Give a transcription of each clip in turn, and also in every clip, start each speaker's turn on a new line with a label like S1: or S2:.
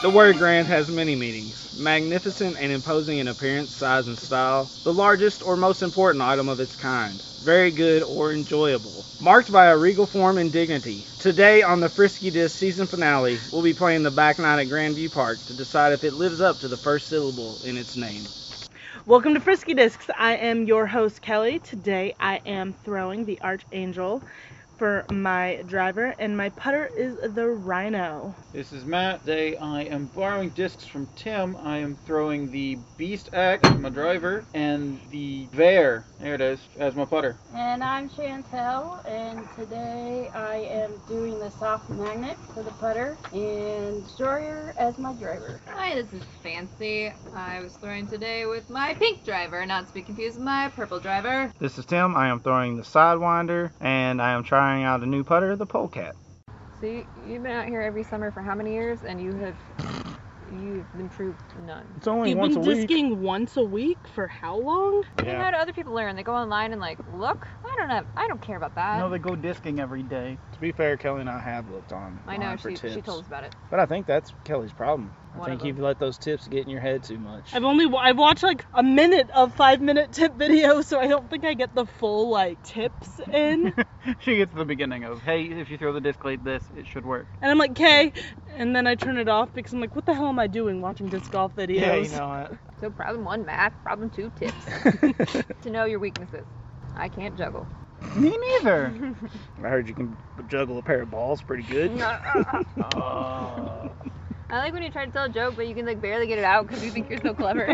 S1: The word grand has many meanings. Magnificent and imposing in appearance, size, and style. The largest or most important item of its kind. Very good or enjoyable. Marked by a regal form and dignity. Today on the Frisky Disc season finale, we'll be playing the back nine at Grandview Park to decide if it lives up to the first syllable in its name.
S2: Welcome to Frisky Discs. I am your host, Kelly. Today I am throwing the Archangel for my driver, and my putter is the Rhino.
S3: This is Matt. Today I am borrowing discs from Tim. I am throwing the Beast Axe, my driver, and the Bear. There it is, as my putter.
S4: And I'm Chantel, and today I am doing the soft magnet for the putter and Sawyer as my driver.
S5: Hi, this is Fancy. I was throwing today with my pink driver, not to be confused with my purple driver.
S1: This is Tim. I am throwing the Sidewinder, and I am trying out a new putter, the Polecat.
S6: So you, you've been out here every summer for how many years, and you have you've improved none.
S1: It's only
S2: You've been disking once a week for how long?
S6: You know how do other people learn? They go online and like look. I don't know. I don't care about that.
S3: go discing every day.
S1: To be fair, Kelly and I have looked on.
S6: I know
S1: online for
S6: she she
S1: tips.
S6: told us about it.
S1: But I think that's Kelly's problem. I
S6: One
S1: think
S6: of
S1: you've let those tips get in your head too much.
S2: I've only I've watched like a minute of five minute tip videos, so I don't think I get the full like tips in.
S3: she gets the beginning of, hey, if you throw the disc like this, it should work.
S2: and I'm like, okay, and then I turn it off because I'm like, what the hell am I doing watching disc golf videos?
S1: yeah, you know
S6: So problem one, math. Problem two, tips.
S1: it.
S6: to know your weaknesses. I can't juggle.
S3: Me neither.
S1: I heard you can juggle a pair of balls pretty good. Uh,
S6: I like when you try to tell a joke, but you can like barely get it out because you think you're so clever.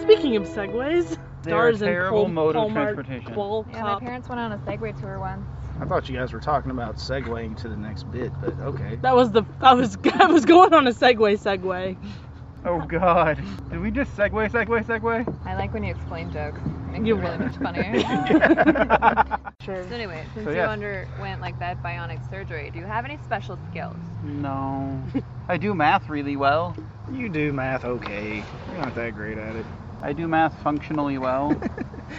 S2: Speaking of segways,
S3: They're a
S2: Stars and
S3: terrible
S2: Pol-
S3: mode of
S2: Polmark
S3: transportation.
S2: Bull
S6: yeah, my
S2: Cop.
S6: parents went on a Segway tour once.
S1: I thought you guys were talking about segueing to the next bit, but okay.
S2: That was the I was I was going on a Segway Segway.
S3: oh God. Did we just segue, segue, segue?
S6: I like when you explain jokes. It makes
S2: You-
S6: it really much funnier.
S2: Sure.
S6: So anyway, since
S3: So
S6: you
S3: yes.
S6: underwent like that bionic surgery, do you have any special skills?
S3: no. I do math really well.
S1: You do math okay. You're not that great at it.
S3: I do math functionally well.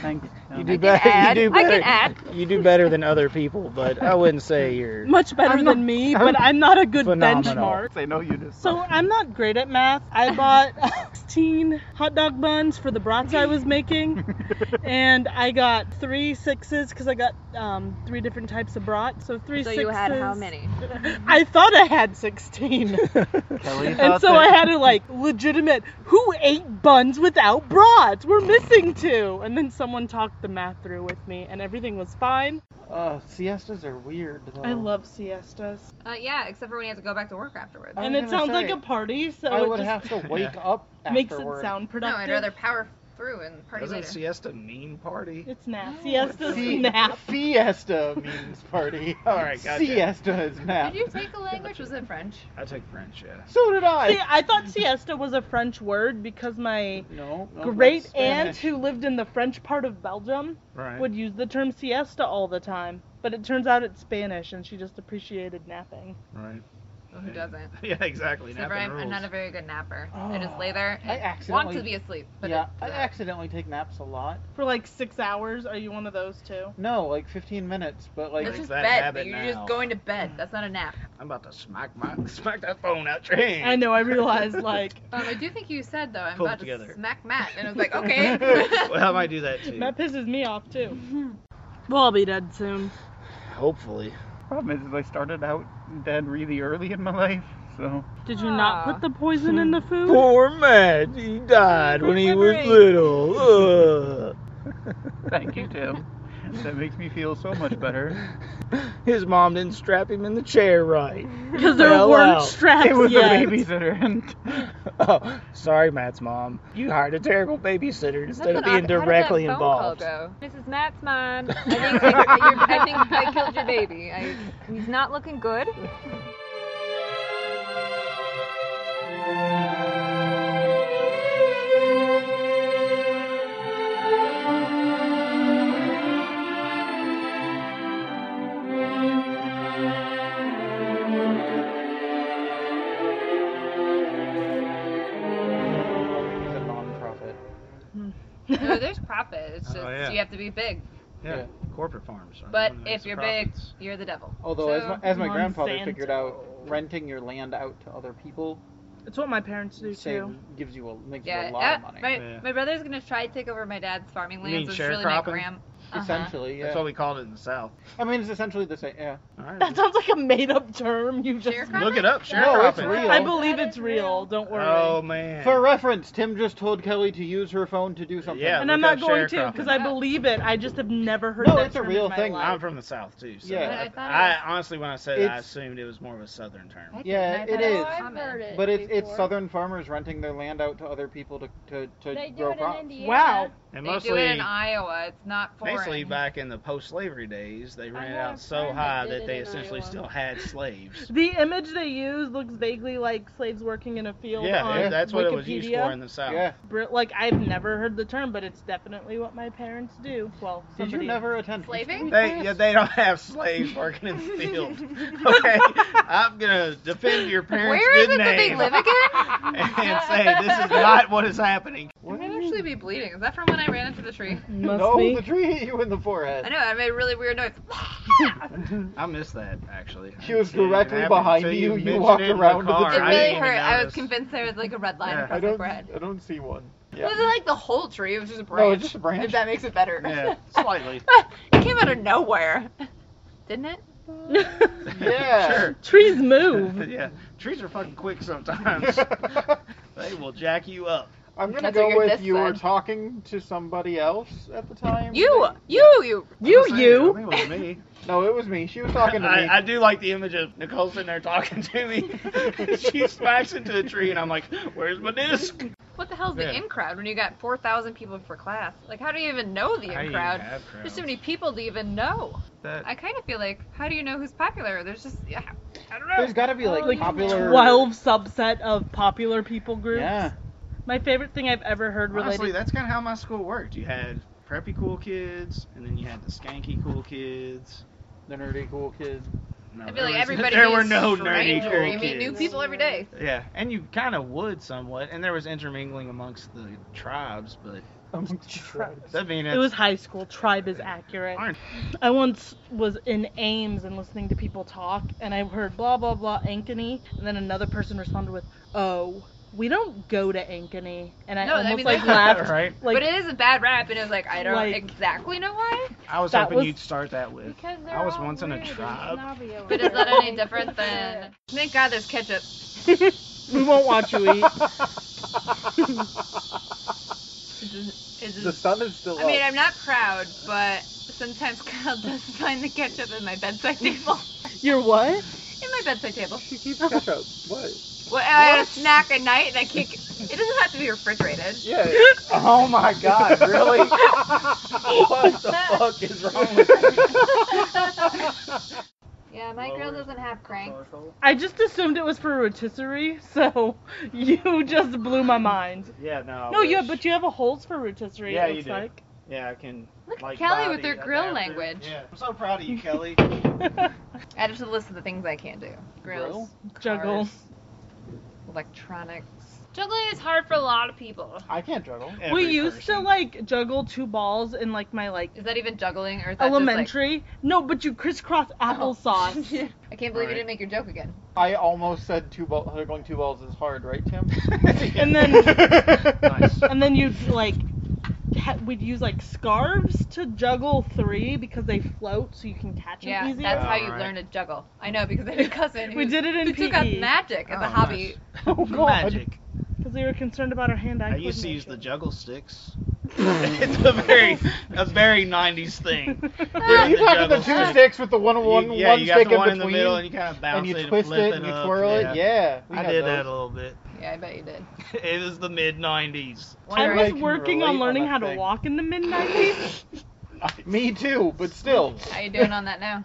S3: Thanks.
S1: You
S6: I
S1: do
S6: can
S1: better.
S6: add.
S1: You do
S6: I can
S1: better.
S6: add.
S1: You do better than other people, but I wouldn't say you're.
S2: Much better
S3: I'm
S2: than
S3: not-
S2: me,
S3: I'm
S2: but I'm not a good
S1: phenomenal.
S2: benchmark.
S3: Say no, you just.
S2: So I'm not great at math. I bought 16 hot dog buns for the brats I was making, and I got three sixes because I got um, three different types of brat. So three
S6: so
S2: sixes.
S6: you had how many?
S2: I thought I had 16,
S3: Kelly
S2: and
S3: thought
S2: so
S3: that-
S2: I had to like legitimate. Who ate buns without brats? We're missing two. And then someone talked the math through with me, and everything was fine.
S3: Uh, siestas are weird. Though.
S2: I love siestas,
S5: Uh, yeah, except for when you have to go back to work afterwards.
S3: I
S2: and it
S3: was gonna
S2: sounds like
S3: say,
S2: a party, so
S3: I
S2: it
S3: would
S2: just
S3: have to wake
S1: Yeah.
S3: up
S2: makes
S3: afterward.
S2: it sound
S5: No,
S2: productive.
S5: I'd rather power through and party
S1: Doesn't
S5: later.
S1: siesta mean party?
S2: It's nap.
S5: No.
S2: Siesta's
S3: Si-
S2: nap.
S3: Fiesta means party.
S1: All right, gotcha.
S3: Siesta is nap.
S5: Did you take a language? Was it French?
S1: I took French, yeah.
S3: So did I.
S2: See, I thought siesta was a French word because my
S3: no, no,
S2: great
S3: Oh, that's
S2: aunt
S3: Spanish.
S2: who lived in the French part of Belgium
S1: Right.
S2: would use the term siesta all the time. But it turns out it's Spanish and she just appreciated napping.
S1: Right.
S5: Well, who doesn't?
S1: Yeah, exactly.
S5: Except for
S1: Napping
S5: I'm, I'm
S1: rules.
S5: not a very good napper. I just
S3: Oh,
S5: lay there
S3: I
S5: and want
S3: accidentally-
S5: to be asleep. But uh,
S3: Yeah, I
S5: it-
S3: accidentally take naps a lot.
S2: For like six hours, are you one of those too?
S3: No, like 15 minutes, but like
S5: it's
S1: It's
S5: just
S1: that
S5: bed.
S1: habit
S5: You're
S1: now. Hmm.
S5: just going to bed. That's not a nap.
S1: I'm about to smack my smack that phone out your hand.
S2: I know, I realized like
S5: Um, I do think you said though. I'm
S1: Pull it
S5: about
S1: together.
S5: to smack Matt, and I was like, okay.
S1: well, I might do that too.
S2: that pisses me off too. Well, I'll be dead soon.
S1: Hopefully.
S3: problem is, is I started out dead really early in my life, so
S2: Did you not
S6: Aw.
S2: put the poison in the food?
S1: Poor Matt. He died when he was
S6: Remembering.
S1: little. Ugh.
S3: thank you, Tim. that makes me feel so much better.
S1: His mom didn't strap him in the chair right.
S2: Because there
S1: Fell
S2: weren't
S1: out.
S2: straps
S3: it was
S2: yet.
S3: a babysitter, and
S1: oh, sorry, Matt's mom. You hired a terrible babysitter
S6: That's
S1: instead of
S6: an odd-
S1: being directly
S6: how did that
S1: involved.
S6: Phone call go? This is Matt's mom. I think I, I- you're- I think I killed your baby. I, he's not looking good.
S5: It's just
S1: Oh, yeah.
S5: you have to be big.
S1: Yeah,
S3: Yeah.
S1: corporate farms. right?
S5: But
S1: Wanna make
S5: if
S1: some
S5: you're
S1: profits.
S5: big, you're the devil.
S3: Although, as my,
S5: So-
S3: as my
S2: Monsanto.
S3: grandfather figured out, renting your land out to other people
S2: It's what my parents do too.
S3: same, gives you a makes
S5: Yeah,
S3: you a lot
S5: uh,
S3: of money.
S5: my,
S1: Yeah.
S5: my brother's gonna try to take over my dad's farming
S1: You
S5: lands.
S1: mean
S5: it's really my
S1: sharecropping?
S5: gram. uh-huh.
S3: Essentially, yeah.
S1: That's what we called it in the South.
S3: I mean, it's essentially the same. Yeah.
S1: All right.
S2: That sounds like a made up term you just.
S5: Sharecropping?
S1: Look it up.
S3: No, it's
S1: Sharecropping.
S3: real.
S2: I believe
S4: That
S2: it's
S4: is
S2: real.
S4: real.
S2: Don't worry.
S1: Oh man.
S3: For reference, Tim just told Kelly to use her phone to do something.
S1: Yeah,
S2: and I'm
S1: look
S2: not
S1: up
S2: going to because I
S5: sharecropping.
S2: believe it. I just have never heard
S3: No,
S2: that
S3: it's a
S2: term
S3: real
S2: in my
S3: thing.
S2: life.
S1: I'm from the South too. So
S3: Yeah.
S5: But I
S1: I,
S5: thought
S1: I
S5: it
S1: honestly, when I said it, I
S3: It's-
S1: assumed it was more of a Southern term.
S3: Yeah,
S5: I
S3: it
S5: thought
S3: is.
S5: was
S4: I've
S5: common.
S4: heard it.
S3: But it's it's
S4: before.
S3: southern farmers renting their land out to other people to to, to
S4: They do
S3: grow
S4: it in
S3: crops.
S4: Indiana.
S2: Wow.
S1: And
S5: They
S1: mostly,
S5: do it in Iowa. It's not foreign.
S1: basically back in the post-slavery days, they ran it
S4: had a
S1: out so
S4: friend that
S1: high
S4: did
S1: that
S4: it
S1: they
S4: in
S1: essentially
S4: Iowa.
S1: still had slaves.
S2: The image they use looks vaguely like slaves working in a field. on
S1: yeah, that's what
S2: Wikipedia.
S1: it was used for in the South.
S3: Yeah.
S2: Br- Like I've never heard the term, but it's definitely what my parents do. Well,
S3: Did you
S2: somebody-
S3: never attend?
S5: Slaving?
S1: They, yeah, they don't have slaves working in the field. Okay, I'm gonna defend your parents'
S5: Where is
S1: good
S5: it that they
S1: name
S5: live again?
S1: and say this is not what is happening.
S5: I
S3: What?
S5: might actually be bleeding. Is that from when I ran into the tree?
S2: Must
S3: No,
S2: be.
S3: the tree hit you in the
S5: I
S3: forehead.
S5: know. I made a really weird noise.
S1: I missed that actually. I
S3: She
S1: didn't
S3: was
S1: see it
S3: directly
S1: happen
S3: behind
S1: until
S3: you. You
S1: mentioned
S3: walked
S1: it in
S3: around to the
S1: car.
S5: It
S3: I
S5: really
S1: didn't even
S5: hurt. I was
S1: notice.
S5: convinced there was like a red line
S1: Yeah.
S5: across
S3: I
S5: my
S3: don't.
S5: forehead.
S3: I don't see one.
S5: It
S3: Yeah.
S5: wasn't like the whole tree. It was just a branch.
S3: No, it's just a branch.
S5: If that makes it better.
S1: Yeah, slightly.
S5: it came out of nowhere, didn't it?
S3: Yeah.
S1: sure.
S2: Trees move.
S1: yeah, trees are fucking quick sometimes. they will jack you up.
S3: I'm gonna
S5: That's what
S3: go
S5: your
S3: with
S5: disc
S3: you were
S5: said.
S3: talking to somebody else at the time.
S5: You, you, you.
S2: you,
S1: I
S2: you.
S1: think it was me.
S3: No, it was me. She was talking to me.
S1: I, I do like the image of Nicole sitting there talking to me. she smacks into a tree, and I'm like, "Where's my disc?"
S5: What the hell's the
S1: Yeah.
S5: in crowd when you got four thousand people for class? Like, how do you even know the in crowd? There's so many people to even know.
S1: That,
S5: I kind of feel like, how do you know who's popular? There's just, yeah, I don't know.
S3: There's got to be like,
S2: Like
S3: popular.
S2: twelve subset of popular people groups.
S3: Yeah.
S2: My favorite thing I've ever heard related.
S1: honestly, that's kind of how my school worked. You had preppy cool kids, and then you had the skanky cool kids.
S3: The nerdy cool kid.
S1: No,
S5: I feel
S1: there
S5: like
S1: was-
S5: everybody.
S1: There were
S5: is
S1: no nerdy
S5: strange.
S1: cool
S5: You
S1: kids.
S5: meet new people every day.
S1: Yeah, and you kind of would somewhat, and there was intermingling amongst the tribes, but that mean
S2: it was high school. Tribe is accurate.
S1: Aren't-
S2: I once was in Ames and listening to people talk, and I heard blah blah blah Ankeny, and then another person responded with, "Oh, we don't go to Ankeny," and I
S5: No, I
S2: almost
S5: mean,
S2: like
S5: that's-
S2: laughed.
S1: right.
S2: Like
S5: but it is a bad rap, and it was like, I don't
S2: Like-
S5: exactly know why.
S1: I was
S2: that
S1: hoping
S2: was-
S1: you'd start that with.
S4: Because they're
S1: I was
S4: all
S1: once in a
S4: weird and
S1: tribe.
S4: snobby over
S5: But is
S4: there.
S5: that any different than? Thank God there's ketchup.
S2: we won't watch you eat.
S5: It's just- it's
S3: the
S5: just-
S3: sun is still
S5: I mean,
S3: up.
S5: I'm not proud, but sometimes Kyle does find the ketchup in my bedside table.
S2: You're what?
S5: In my bedside table.
S3: She keeps ketchup. What?
S5: Well, I had a snack at night, and I can't. It doesn't have to be refrigerated.
S3: Yeah. oh my god, really? what the fuck is wrong with you?
S5: Yeah, my girl doesn't have cranks.
S2: I just assumed it was for rotisserie, so you just blew my mind.
S1: Yeah, no. I
S2: No, you
S1: wish.
S2: have, but you have a holes for rotisserie.
S1: Yeah,
S2: it
S1: you
S2: looks
S1: do.
S2: like.
S1: Yeah, I can.
S5: Look at
S1: like,
S5: Kelly
S1: buy
S5: with her
S1: these
S5: grill
S1: adapters.
S5: language.
S1: Yeah, I'm so proud of you, Kelly.
S5: I just list of the things I can't do. Grills,
S2: Juggle.
S5: cars, electronics. Juggling is hard for a lot of people.
S3: I can't juggle.
S1: Every
S2: we used to
S1: person.
S2: like juggle two balls in like my like
S5: Is that even juggling, or is that Oh.
S2: elementary. No, but you crisscross applesauce.
S5: Just like... I can't believe you didn't make your joke again.
S3: I almost said two ball juggling two balls is hard, right, Tim?
S2: And then-
S1: Nice.
S2: and then you'd like ha- we'd use like scarves to juggle three because they float, so you can catch them
S5: Yeah,
S2: easier.
S5: that's how you
S1: Alright.
S5: learn to juggle. I know because I had a cousin who,
S2: We did it in E.
S5: who took up
S2: PE.
S5: magic as
S1: Oh,
S5: a hobby.
S3: Oh god.
S1: Magic.
S2: Because they were concerned about our hand-eye
S1: I used to use the
S2: coordination.
S1: juggle sticks. it's a very, a very 90s thing.
S3: Are you
S1: The
S3: talking
S1: juggle
S3: the two
S1: stick.
S3: sticks with the one one
S1: you, yeah,
S3: one
S1: you got
S3: stick
S1: the one in,
S3: in
S1: the
S3: between?
S1: middle and you kind of bounce
S3: and you
S1: it
S3: twist
S1: flip
S3: it and you
S1: up.
S3: twirl
S1: Yeah.
S3: it. Yeah. we
S1: I
S3: had
S1: did that a
S3: those.
S1: little bit.
S5: Yeah, I bet you did.
S1: It was the mid 90s.
S2: I
S3: Wonder
S2: was
S3: if I can
S2: working on
S3: relate on
S2: learning
S3: that
S2: how to
S3: thing.
S2: walk in the mid 90s.
S3: Me too, but still.
S5: How you doing on that now?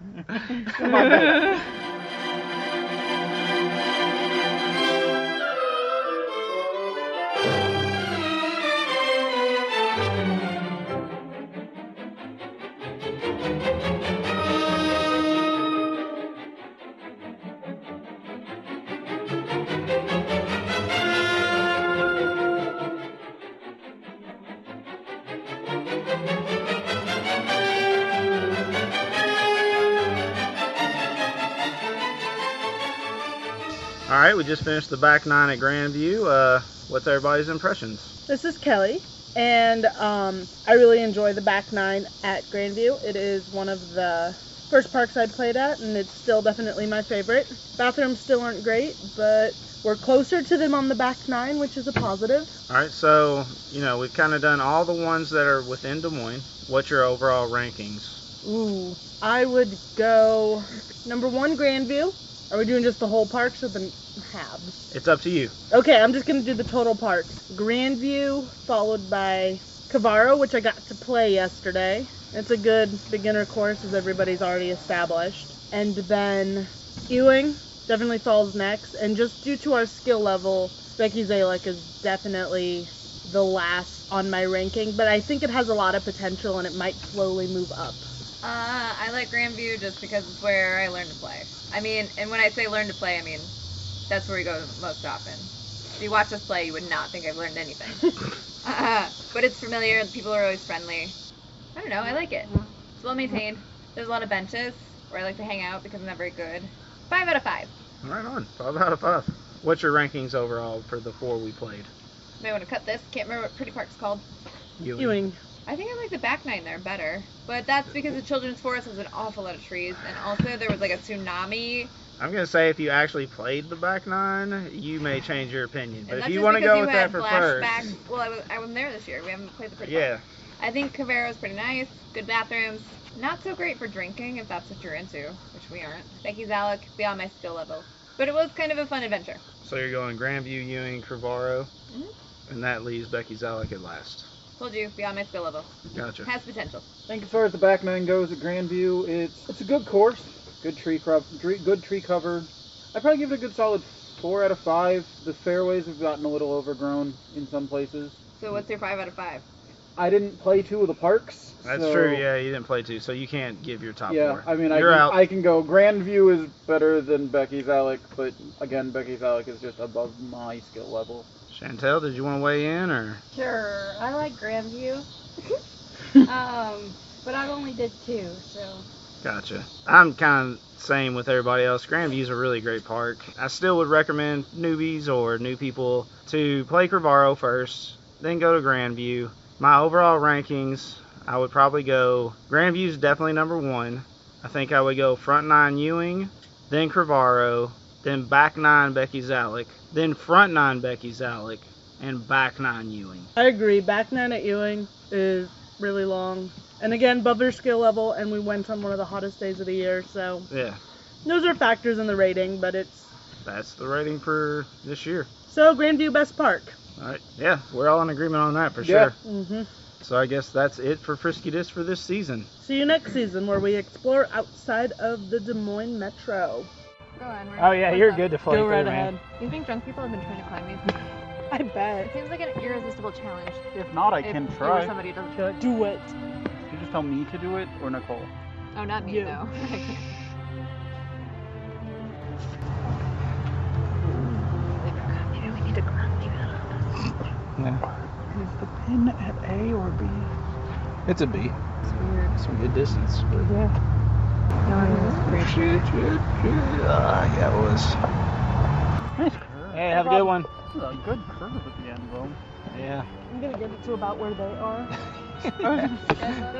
S1: All right, we just finished the back nine at Grandview. Uh, what's everybody's impressions?
S2: This is Kelly, and um, I really enjoy the back nine at Grandview. It is one of the first parks I played at, and it's still definitely my favorite. Bathrooms still aren't great, but we're closer to them on the back nine, which is a positive.
S1: All right, so you know we've kind of done all the ones that are within Des Moines. What's your overall rankings?
S2: Ooh, I would go number one Grandview. Are we doing just the whole parks or the halves?
S1: It's up to you.
S2: Okay, I'm just gonna do the total parks. Grandview followed by Cavaro, which I got to play yesterday. It's a good beginner course as everybody's already established. And then Ewing definitely falls next. And just due to our skill level, Becky Zalek is definitely the last on my ranking, but I think it has a lot of potential and it might slowly move up.
S5: Uh, I like Grandview just because it's where I learn to play. I mean, and when I say learn to play, I mean that's where we go most often. If you watch us play, you would not think I've learned anything. uh, but it's familiar. The people are always friendly. I don't know. I like it. It's well maintained. There's a lot of benches where I like to hang out because I'm not very good. Five out of five.
S1: Right on, five out of five. What's your rankings overall for the four we played?
S5: May want to cut this. Can't remember what Pretty Park's called.
S1: Ewing.
S2: Ewing.
S5: I think I like the back nine there better, but that's because the children's forest has an awful lot of trees, and also there was like a tsunami.
S1: I'm gonna say if you actually played the back nine, you may change your opinion.
S5: And
S1: But
S5: that's
S1: if you
S5: just
S1: want to
S5: because
S1: go
S5: you
S1: with that
S5: had
S1: for
S5: flashbacks.
S1: first,
S5: Well, I was I wasn't there this year. We haven't played the pretty
S1: yeah,
S5: Park. I think Cavero's pretty nice. Good bathrooms. Not so great for drinking if that's what you're into, which we aren't. Becky's Alec beyond my skill level, but it was kind of a fun adventure.
S1: So you're going Grandview, Ewing, Crevaro,
S5: Mhm.
S1: and that leaves Becky Zalek at last.
S5: Told you, beyond my skill level.
S1: Gotcha.
S5: Has potential.
S3: I think as far as the back nine goes at Grandview, it's it's a good course, good tree crop, tree, good tree cover. I'd probably give it a good solid four out of five. The fairways have gotten a little overgrown in some places.
S5: So what's your five out of five?
S3: I didn't play two of the parks.
S1: That's
S3: so-
S1: true. Yeah, you didn't play two, so you can't give your top
S3: yeah,
S1: four.
S3: I mean, I
S1: you're
S3: can,
S1: out.
S3: I can go. Grandview is better than Becky's Alec, but again, Becky's Alec is just above my skill level.
S1: Chantel, did you want to weigh in or?
S4: Sure, I like Grandview. um, but I only did two, so
S1: Gotcha. I'm kind of same with everybody else. Grandview's a really great park. I still would recommend newbies or new people to play Crevaro first, then go to Grandview. My overall rankings, I would probably go Grandview's definitely number one. I think I would go front nine Ewing, then Crevaro, then back nine Becky Zalek, then front nine Becky Zalek, and back nine Ewing.
S2: I agree. Back nine at Ewing is really long. And again, above their skill level, and we went on one of the hottest days of the year, so
S1: Yeah,
S2: those are factors in the rating, but it's
S1: that's the rating for this year.
S2: so Grandview Best Park.
S1: All right. Yeah, we're all in agreement on that for
S3: Yeah.
S1: sure.
S2: hmm
S1: So I guess that's it for Frisky Disc for this season.
S2: See you next season where we explore outside of the Des Moines metro.
S6: Go on. we're-
S7: Oh yeah,
S6: what's
S7: you're
S6: up?
S7: good to play through, man.
S6: You think drunk people have been trying to climb these?
S2: I bet.
S6: It seems like an irresistible challenge.
S3: If not, I
S6: if
S3: can
S6: you or
S3: try.
S6: somebody doesn't.
S2: Do it.
S3: Did you just tell me to do it or Nicole?
S6: Oh, not me
S2: You.
S6: though. I can't.
S7: Is the pin at A or B? It's a B.
S6: It's weird.
S7: Some good distance. But yeah.
S6: No, I'm pretty sure.
S7: Ah, yeah, it was.
S3: Nice curve.
S1: Hey, have a good one.
S3: A good curve at the end, though.
S7: Yeah.
S2: I'm gonna give it to about where they are.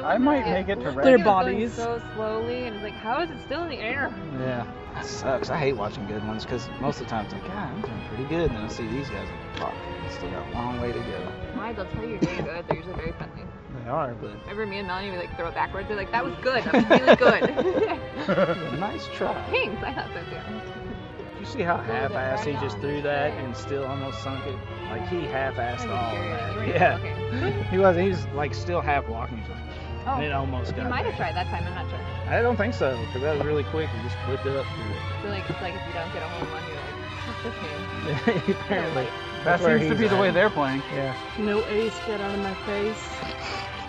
S3: I might make it to red.
S2: Their
S6: It was going
S2: bodies.
S6: so slowly, and it's like, how is it still in the air?
S7: Yeah. That sucks. I hate watching good ones because most of the time it's like, God, I'm doing pretty good. And then I see these guys like, fuck, I still got a long way to go.
S6: Why? They'll tell you you're doing good. They're usually very friendly.
S7: They are, but
S6: Remember me and Melanie, we like throw it backwards. They're like, that was good. That was really good.
S7: nice try.
S6: Thanks. I thought so too.
S7: You see how half-assed he just threw that and still almost sunk it? Like he half-assed all
S6: I'm
S7: that.
S6: curious.
S7: Yeah.
S6: Okay.
S7: He was. He was like still half walking. He's like,
S6: Oh,
S7: and it almost
S6: you
S7: got.
S6: might
S7: there.
S6: have tried that time. I'm not sure.
S7: I don't think so, because that was really quick. He just flipped it up. through
S6: So like, it's like if you don't get a home run, you're like, fuck this game.
S7: it. Apparently.
S3: That
S7: That's where
S3: seems to
S7: he's
S3: be the
S7: at.
S3: way they're playing.
S7: Yeah.
S2: No ace, get out of my face.